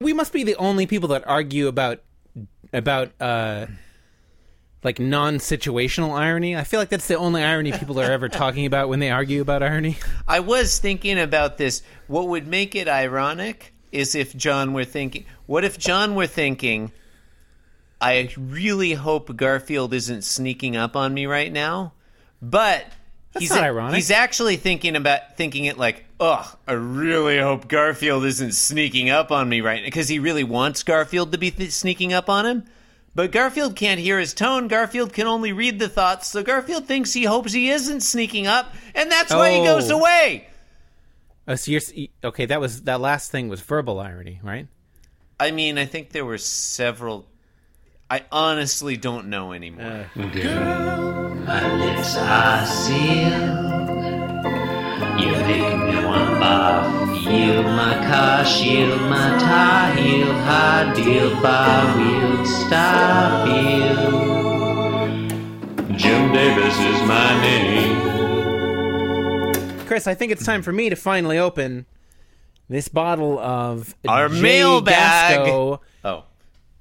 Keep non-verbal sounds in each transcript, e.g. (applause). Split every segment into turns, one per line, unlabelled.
we must be the only people that argue about about uh like non-situational irony. I feel like that's the only irony people are ever talking about when they argue about irony.
I was thinking about this. What would make it ironic is if John were thinking, what if John were thinking, I really hope Garfield isn't sneaking up on me right now, but he's
not ironic.
he's actually thinking about thinking it like, "Ugh, I really hope Garfield isn't sneaking up on me right now," because he really wants Garfield to be th- sneaking up on him. But Garfield can't hear his tone. Garfield can only read the thoughts, so Garfield thinks he hopes he isn't sneaking up, and that's why he
Oh.
goes away.
Uh, so you're s- okay. That was that last thing was verbal irony, right?
I mean, I think there were several. I honestly don't know anymore.
lips are sealed. You make me want bar. Yield my car, shield my tie, heel, hard deal, bar wheel, stop you. Jim Davis is my name.
Chris, I think it's time for me to finally open this bottle of
Our
J.
mailbag.
Gasco
Oh.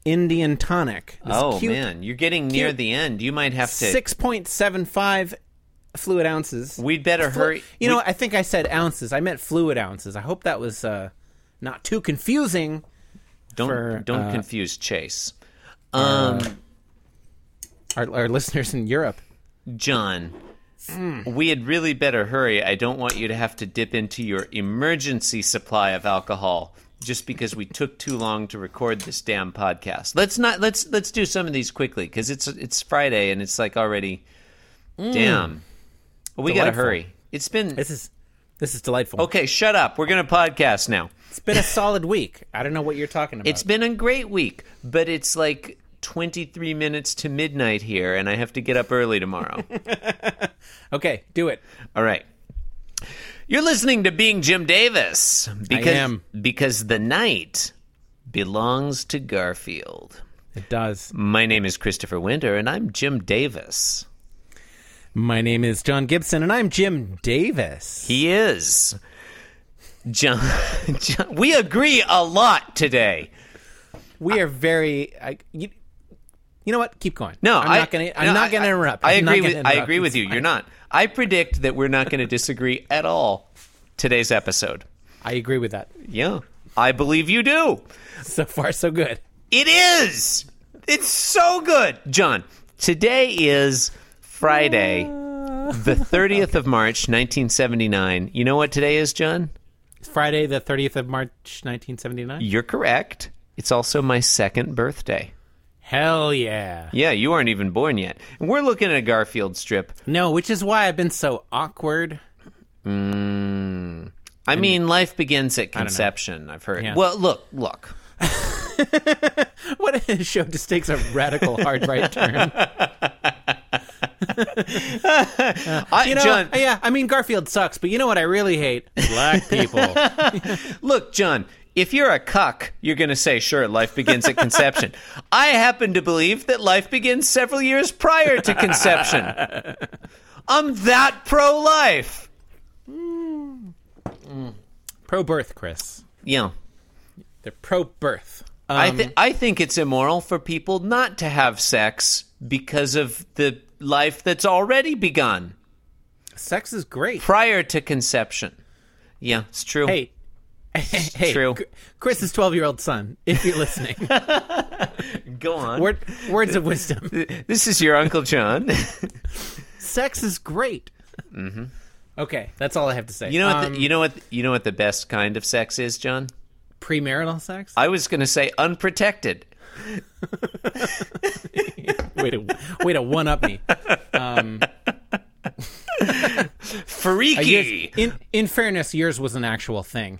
Indian tonic. This
Oh
cute
man, you're getting near
cute-
the end. You might have to.
six point seven five fluid ounces.
We'd better
Flu-
hurry.
you know,
we-
what? I think I said ounces. I meant fluid ounces. I hope that was uh, not too confusing.
don't
for,
don't
uh,
confuse Chase. Um,
Our, our listeners in Europe.
John, we had really better hurry. I don't want you to have to dip into your emergency supply of alcohol just because we took too long to record this damn podcast. Let's not let's let's do some of these quickly because it's it's Friday and it's like already damn. We got to
Delightful.
hurry. It's been
This is this is delightful.
okay. Shut up. We're gonna podcast now.
It's been a solid week. I don't know what you're talking about.
It's been a great week, but it's like 23 minutes to midnight here, and I have to get up early tomorrow.
okay, do it.
All right. You're listening to Being Jim Davis because,
am.
because the night belongs to Garfield.
It does.
My name is Christopher Winter, and I'm Jim Davis.
My name is John Gibson, and I'm Jim Davis.
He is. John, (laughs) John, we agree a lot today.
We are very. I, you, you know what? Keep going.
No,
I'm
I,
not gonna. I'm
no,
not gonna
I-
interrupt.
I
I'm not
agree with.
gonna
I
interrupt.
agree with
It's
you.
fine.
You're not. I predict that we're not going to disagree at all today's episode.
I agree with that.
Yeah, I believe you do.
So far, so good.
It is. It's so good, John. Today is (laughs) Friday, the 30th of March, 1979. You know what today is, John?
It's Friday, the 30th of March, 1979.
You're correct. It's also my second birthday.
Hell yeah.
Yeah, you aren't even born yet. And we're looking at a Garfield strip.
No, which is why I've been so awkward. (laughs)
I mean, life begins at conception, I've heard.
Yeah.
Well, look, look.
What a show just takes a radical hard right (laughs) turn.
I,
You know,
John,
uh, yeah, I mean Garfield sucks, but you know what I really hate? Black (laughs) people.
look, John, if you're a cuck, you're going to say, sure, life begins
(laughs)
at conception. I happen to believe that life begins several years prior to conception. I'm that pro life.
pro birth, Chris.
Yeah.
They're pro birth.
I,
Um,
th- I think it's immoral for people not to have sex because of the life that's already begun
Sex is great.
prior to conception. Yeah, it's true.
Hey. (laughs) Hey,
True.
Chr- Chris's 12-year-old son, if you're (laughs) listening.
go on.
Word, words of (laughs) wisdom.
this is your Uncle
(laughs)
John.
Sex is great. Mm-hmm. Okay, that's all I have to say.
You know what?
Um,
the, you know what? You know what the best kind of sex is, John?
premarital (laughs) sex?
I was going to say unprotected.
way to way to one up (laughs) me.
Freaky.
Yours- in in fairness, yours was an actual thing.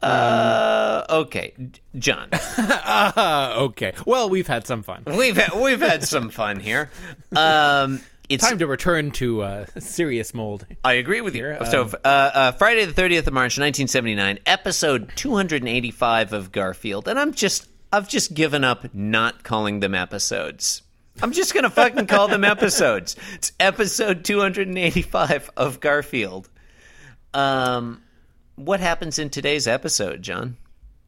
Uh, okay, J- John.
Uh, okay. Well, we've had some fun.
(laughs) We've had, we've had some fun here. Um, it's
Time to return to uh, serious mold.
I agree with you. so uh, uh, Friday the thirtieth of March, nineteen seventy nine, episode two hundred and eighty five of Garfield, and I'm just I've just given up not calling them episodes. I'm just gonna fucking call them episodes. It's episode two hundred and eighty five of Garfield. Um, what happens in today's episode, John?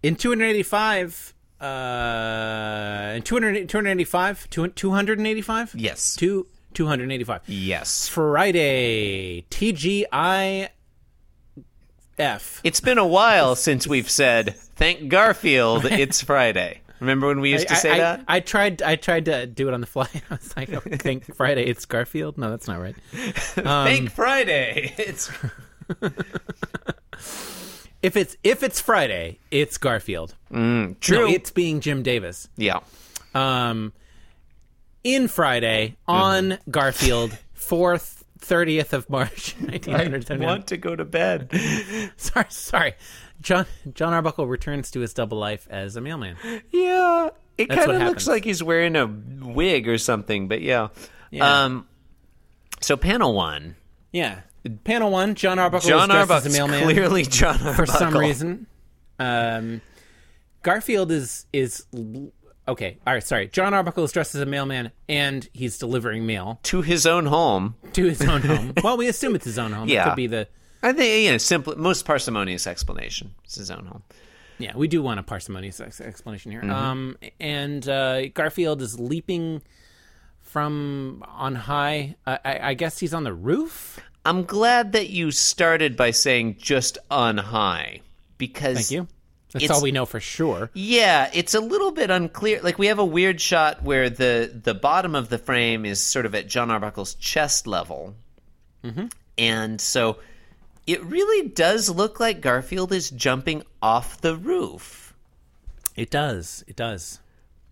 in 285, uh, in 200, 285, 285?
Yes.
Two, 285.
Yes.
Friday, TGIF.
It's been a while since we've said,
(laughs)
thank Garfield, it's Friday. Remember when we used to say
I, I-
that?
I tried. I tried to do it on the fly. (laughs) I was like, oh, "Think Friday, it's Garfield." No, that's not right. um,
thank Friday. It's
If it's if it's Friday, it's Garfield.
true.
No, it's being Jim Davis.
yeah.
Um, in Friday on Garfield, fourth thirtieth of March, (laughs) nineteen hundred
I
seventy.
want to go
(laughs)
to bed.
Sorry, sorry. John John Arbuckle returns to his double life as a mailman.
yeah. It
That's
kind
what
of
happens.
looks like he's wearing a wig or something, but yeah.
Yeah.
Um, so panel one,
Yeah. Panel one, John Arbuckle is
John
dressed
Arbuckle,
as a mailman.
clearly John
for
Arbuckle.
some reason. Um, Garfield is is okay. All right, sorry. John Arbuckle is dressed as a mailman, and he's delivering mail
to his own home.
to his own (laughs) home. well, we assume it's his own home.
Yeah.
it could be the
I think you know, simple, most parsimonious explanation. It's his own home.
yeah. We do want a parsimonious ex- explanation here. Um, and uh, Garfield is leaping from on high. I, I, I guess he's on the roof.
I'm glad that you started by saying just on high because
Thank you. That's
It's-
all we know for sure.
Yeah, it's a little bit unclear. Like we have a weird shot where the the bottom of the frame is sort of at John Arbuckle's chest level,
Mm-hmm.
and so it really does look like Garfield is jumping off the roof.
It does. It does.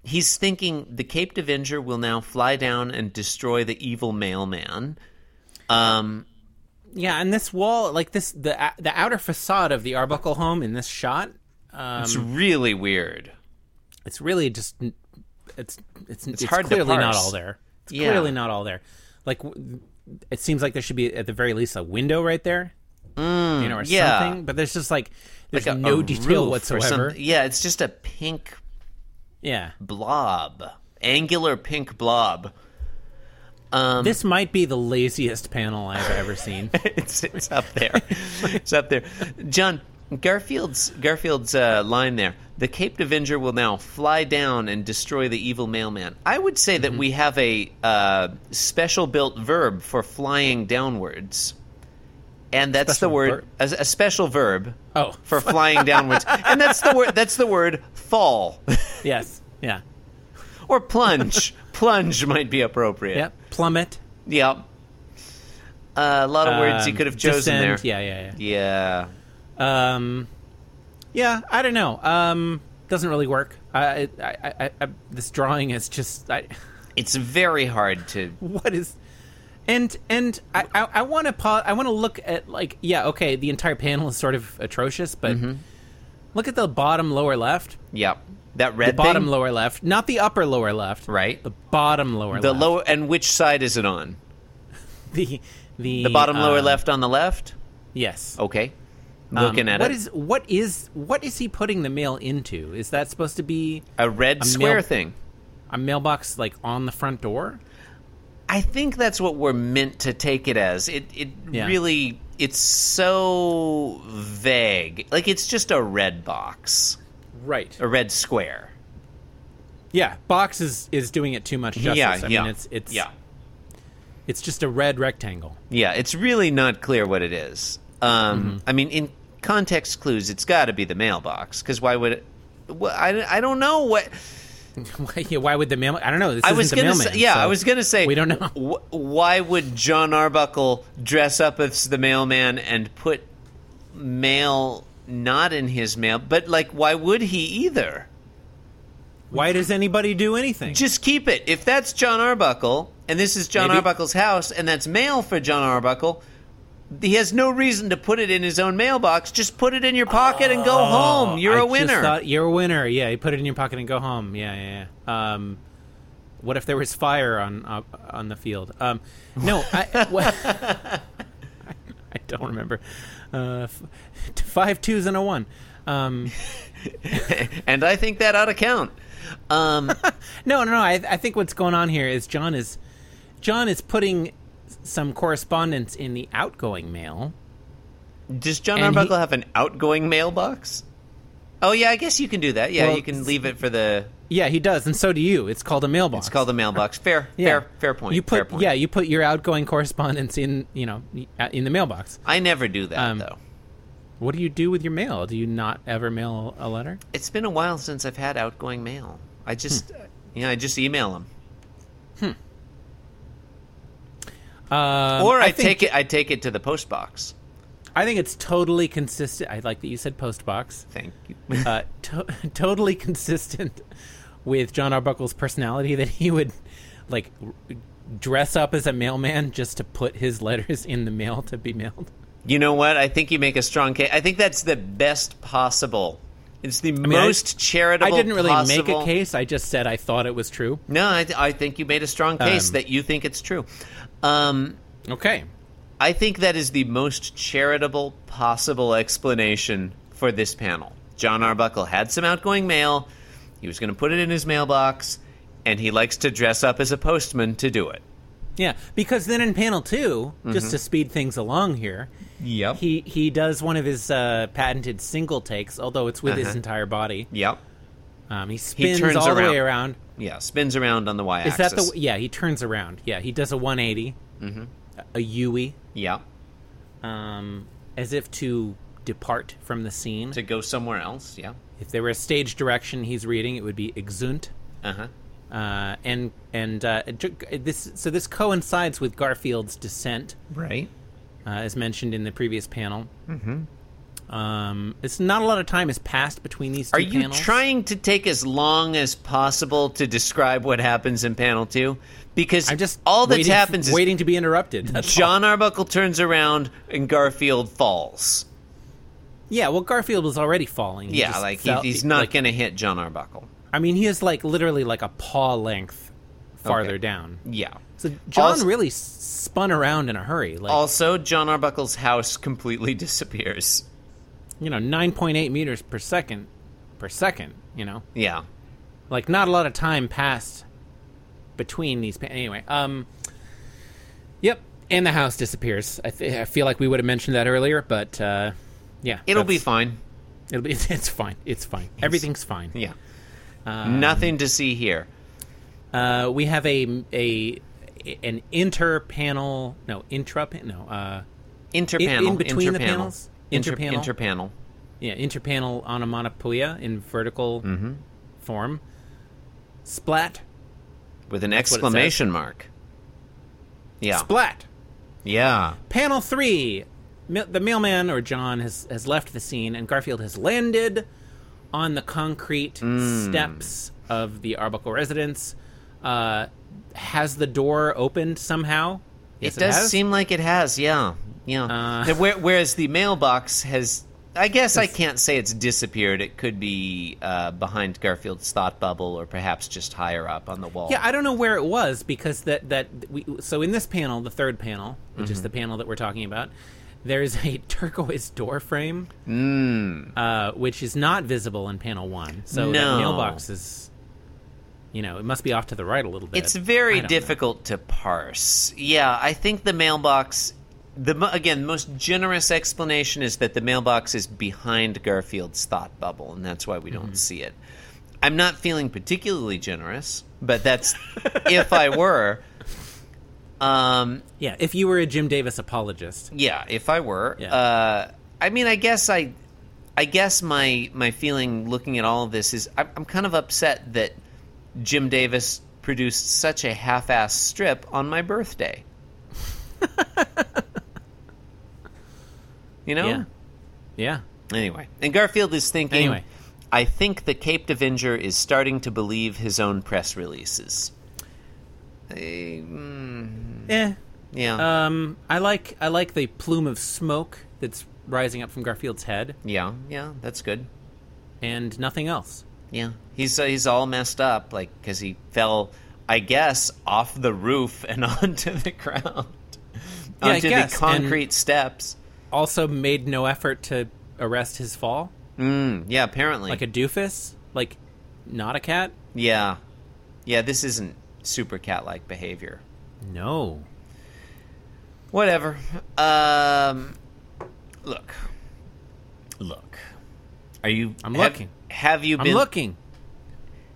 He's thinking the Caped Avenger will now fly down and destroy the evil mailman. Um,
Yeah, and this wall, like this, the the outer facade of the Arbuckle home in this shot,
it's
Um,
really weird.
it's really just it's it's it's,
hard to
clearly not
parse.
all there. It's
Yeah.
clearly not all there. Like w- it seems like there should be at the very least a window right there, you know, or
Mm, yeah.
something. But there's just like there's
Like a-
no
a roof
detail
or
whatsoever.
something. Yeah, it's just a pink
Yeah,
blob, angular pink blob. (laughs) Um,
this might be the laziest panel I've ever
(laughs)
seen.
it's, it's up there. it's up there. John Garfield's Garfield's uh, line there. The Caped Avenger will now fly down and destroy the evil mailman. I would say
Mm-hmm.
that we have a uh, special built verb for flying downwards, and that's
Special
the word
verb?
a, a special verb
Oh,
for flying downwards, and that's the word that's the word fall (laughs)
yes, yeah,
or plunge. plunge might be appropriate.
yeah. Plummet.
Yep. Uh, a lot of words you
um,
could have chosen
descend.
there.
Yeah, yeah, yeah.
Yeah.
Um, yeah, I don't know. Um, doesn't really work. I, I, I, I, I this drawing is just. I,
It's very hard to.
(laughs) what is and and i i, I want to pause i want to look at like yeah okay the entire panel is sort of atrocious but
Mm-hmm.
look at the bottom lower left
Yeah. That red
bottom
thing,
lower left not the upper lower left
Right.
the bottom lower
The
left.
lower and which side is it on?
(laughs) the the,
The bottom lower
um,
left on the left.
yes
Okay.
Um,
Looking at
what
it.
is what is what is he putting the mail into is that supposed to be
a red
a
square
mil-
thing.
a mailbox like on the front door
I think that's what we're meant to take it as. It it
Yeah.
really it's so vague. Like it's just a red box,
right
a red square.
yeah box is is doing it too much justice
yeah,
i
yeah.
mean it's it's
yeah.
it's just a red rectangle
Yeah, it's really not clear what it is.
Mm-hmm.
Um, I mean, in context clues, it's got to be the mailbox because why would? It, well, I, I don't know what
Why, (laughs) yeah, why would the mailman? I don't know. This
I
isn't
was
the
gonna
mailman,
say. Yeah,
so
I was gonna say
we don't know.
Wh- why would John Arbuckle dress up as the mailman and put mail not in his mail? But like, why would he either?
Why does anybody do anything?
Just keep it. If that's John Arbuckle and this is John
Maybe.
Arbuckle's house and that's mail for John Arbuckle, he has no reason to put it in his own mailbox. Just put it in your pocket and go
Oh,
home. You're
a
a winner.
you're a winner. Yeah, you put it in your pocket and go home. Yeah, yeah. yeah. Um, what if there was fire on uh, on the field? Um, no, I, (laughs)
(laughs)
what, I don't remember. Uh, f- five twos and a one. Um,
(laughs) and I think that ought to count. Um,
No, no, no. I, I think what's going on here is John is John is putting s- some correspondence in the outgoing mail.
does John
And he-
Arbuckle have an outgoing mailbox? Oh yeah, I guess you can do that. Yeah,
Well,
you can leave it for the.
Yeah, he does, and so do you. It's called a mailbox.
It's called the mailbox. Fair,
Yeah.
fair, fair point.
You put
fair point.
yeah, you put your outgoing correspondence in you know in the mailbox.
I never do that
Um,
though.
What do you do with your mail? Do you not ever mail a letter?
It's been a while since I've had outgoing mail. I just,
hmm.
you know, I just email them,
Um,
or I,
think,
take it. I take it to the post box.
I think it's totally consistent. I like that you said post box.
Thank you. (laughs)
Uh, (laughs) to- totally consistent with John Arbuckle's personality that he would like r- dress up as a mailman just to put his letters in the mail to be mailed.
you know what? I think you make a strong case. I think that's the best possible. It's the
I-
most charitable.
I didn't really make a
possible-
case. I just said I thought it was true.
No, I, I think you made a strong case
Um,
that you think it's true. Um,
Okay.
I think that is the most charitable possible explanation for this panel. John Arbuckle had some outgoing mail. He was going to put it in his mailbox, and he likes to dress up as a postman to do it.
Yeah, because then in panel 2 just
Mm-hmm.
to speed things along here,
Yep.
he he does one of his uh, patented single takes, although it's with his
Uh-huh.
entire body.
yep.
Um, he spins
turns
all the
around.
way around.
Yeah. Spins around on the y
Is
axis.
that the yeah? He turns around. Yeah, he does a one mm-hmm. a Yui,
Yeah.
um, as if to depart from the scene.
To go somewhere else. Yeah.
If there were a stage direction he's reading, it would be exunt.
Uh huh.
Uh, and and uh, ju- this so this coincides with Garfield's descent.
Right.
uh, as mentioned in the previous panel. Mm-hmm. Um, it's not a lot of time has passed between these two
Are you
panels.
trying to take as long as possible to describe what happens in panel two? Because
I'm just
all that
waiting,
happens is
waiting to be interrupted. That's all.
John Arbuckle turns around and Garfield falls.
Yeah, well, Garfield was already falling. He
Yeah,
just
like he-
fell-
he's not
like-
going to hit John Arbuckle.
I mean, he is like literally like a paw length farther
Okay.
down.
Yeah.
So John
Also-
really s- spun around in a hurry. Like
Also, John Arbuckle's house completely (laughs) disappears.
you know, nine point eight meters per second per second. You know,
Yeah.
like not a lot of time passed between these pa- anyway um yep and the house disappears i, th- I feel like we would have mentioned that earlier but uh yeah
It'll be
that's-
fine.
it'll be (laughs) it's fine it's fine everything's fine
Yeah.
Um,
Nothing to see here.
uh we have a a an inter panel no intra no uh
Interpanel.
in between the
interpanel.
panels?
Inter-
Interpanel?
Interpanel.
yeah interpanel onomatopoeia in vertical
Mm-hmm.
form splat
With an
what it says.
exclamation mark. Yeah.
splat
yeah.
Panel three, Ma- the mailman or John has has left the scene, and Garfield has landed on the concrete steps of the Arbuckle residence. Uh, has the door opened somehow? Yes,
it does
has.
seem like it has, yeah. Yeah.
Uh,
Where- whereas the mailbox has. I guess I can't say it's disappeared. It could be uh, behind Garfield's thought bubble or perhaps just higher up on the wall.
Yeah, I don't know where it was because that that we so in this panel, the third panel, which
Mm-hmm.
is the panel that we're talking about, there is a (laughs) turquoise door frame, uh, which is not visible in panel one. So
Mm. No.
that mailbox is, you know, it must be off to the right a little bit.
It's
I
very
don't
difficult to parse. Yeah, I think the mailbox. The mo- again, most generous explanation is that the mailbox is behind Garfield's thought bubble, and that's why we
Mm-hmm.
don't see it. I'm not feeling particularly generous, but that's if I were. Um,
know. Yeah, if you were a Jim Davis apologist,
yeah, if I were.
Yeah.
Uh, I mean, I guess I, I guess my my feeling looking at all of this is I'm, I'm kind of upset that Jim Davis produced such a half-ass strip on
(laughs)
my birthday. you know.
yeah, yeah,
Anyway, and Garfield is thinking.
Anyway.
I think the Caped Avenger is starting to believe his own press releases. Eh, mm,
eh.
yeah.
Um, I like I like the plume of smoke that's rising up from Garfield's head,
yeah. Yeah. That's good.
and nothing else.
Yeah, he's uh, he's all messed up, like because he fell, I guess, off the roof (laughs) and onto the ground,
Yeah, I
onto the
guess,
concrete steps.
Also, made no effort to arrest his fall.
Mm, yeah, apparently,
like a doofus like not a cat
yeah, yeah. This isn't super cat-like behavior.
no
Whatever. Um, look, look. Are you?
I'm
have-
looking.
Have you
I'm
been?
looking.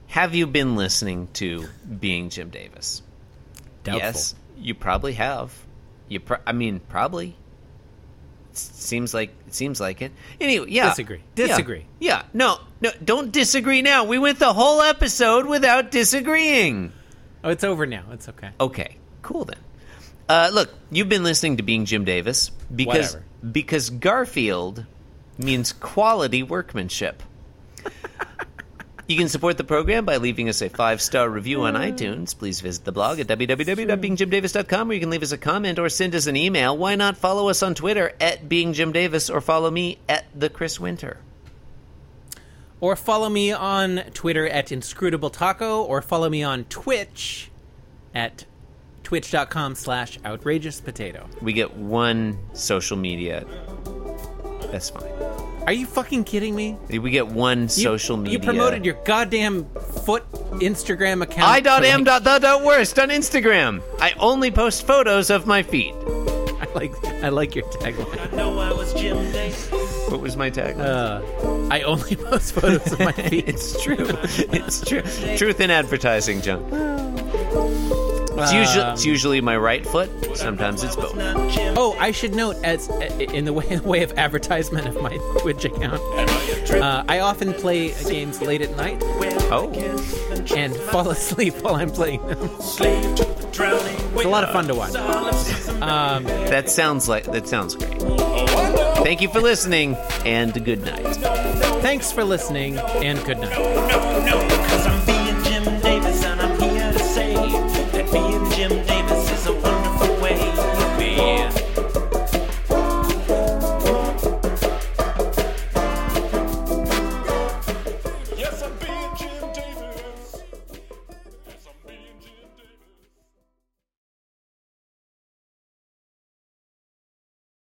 Have you been listening to Being Jim Davis?
Doubtful.
Yes, you probably have. You, pro- I mean, probably. S- Seems like it seems like it. Anyway, yeah.
Disagree.
Yeah.
Disagree.
Yeah. No. No. Don't disagree now. We went the whole episode without disagreeing.
Oh, it's over now. It's okay.
Okay. Cool then. Uh, look, you've been listening to Being Jim Davis because
Whatever.
because Garfield means quality workmanship. You can support the program by leaving us a five star review on iTunes. Please visit the blog at www.beingjimdavis.com where you can leave us a comment or send us an email. Why not follow us on Twitter at beingjimdavis or follow me at the Chris Winter?
Or follow me on Twitter at Inscrutable Taco, or follow me on Twitch at twitch.com slash outrageous potato.
We get one social media. That's fine.
Are you fucking kidding me?
We get one
You-
social media.
You promoted your goddamn foot Instagram account.
I dot
to,
am
like-
dot the dot worst on Instagram. I only post photos of my feet.
(laughs) I like I like your tagline.
know I was Jim Davis.
What was my tagline?
Uh, I only post photos of
(laughs)
my feet.
it's
(laughs)
true. (laughs) It's true. Truth in advertising, John. It's usually, it's usually my right foot. Sometimes it's both.
Not Jim.
Oh, I should note as in the (laughs) way, way of advertisement of my Twitch account, uh, I often play games late at night
Oh,
and fall asleep while I'm playing them.
Slave to the drowning
It's a lot of fun to watch. (laughs) Um,
that sounds like that sounds great. Thank you for listening, and good night.
thanks for listening and good night.
no, no.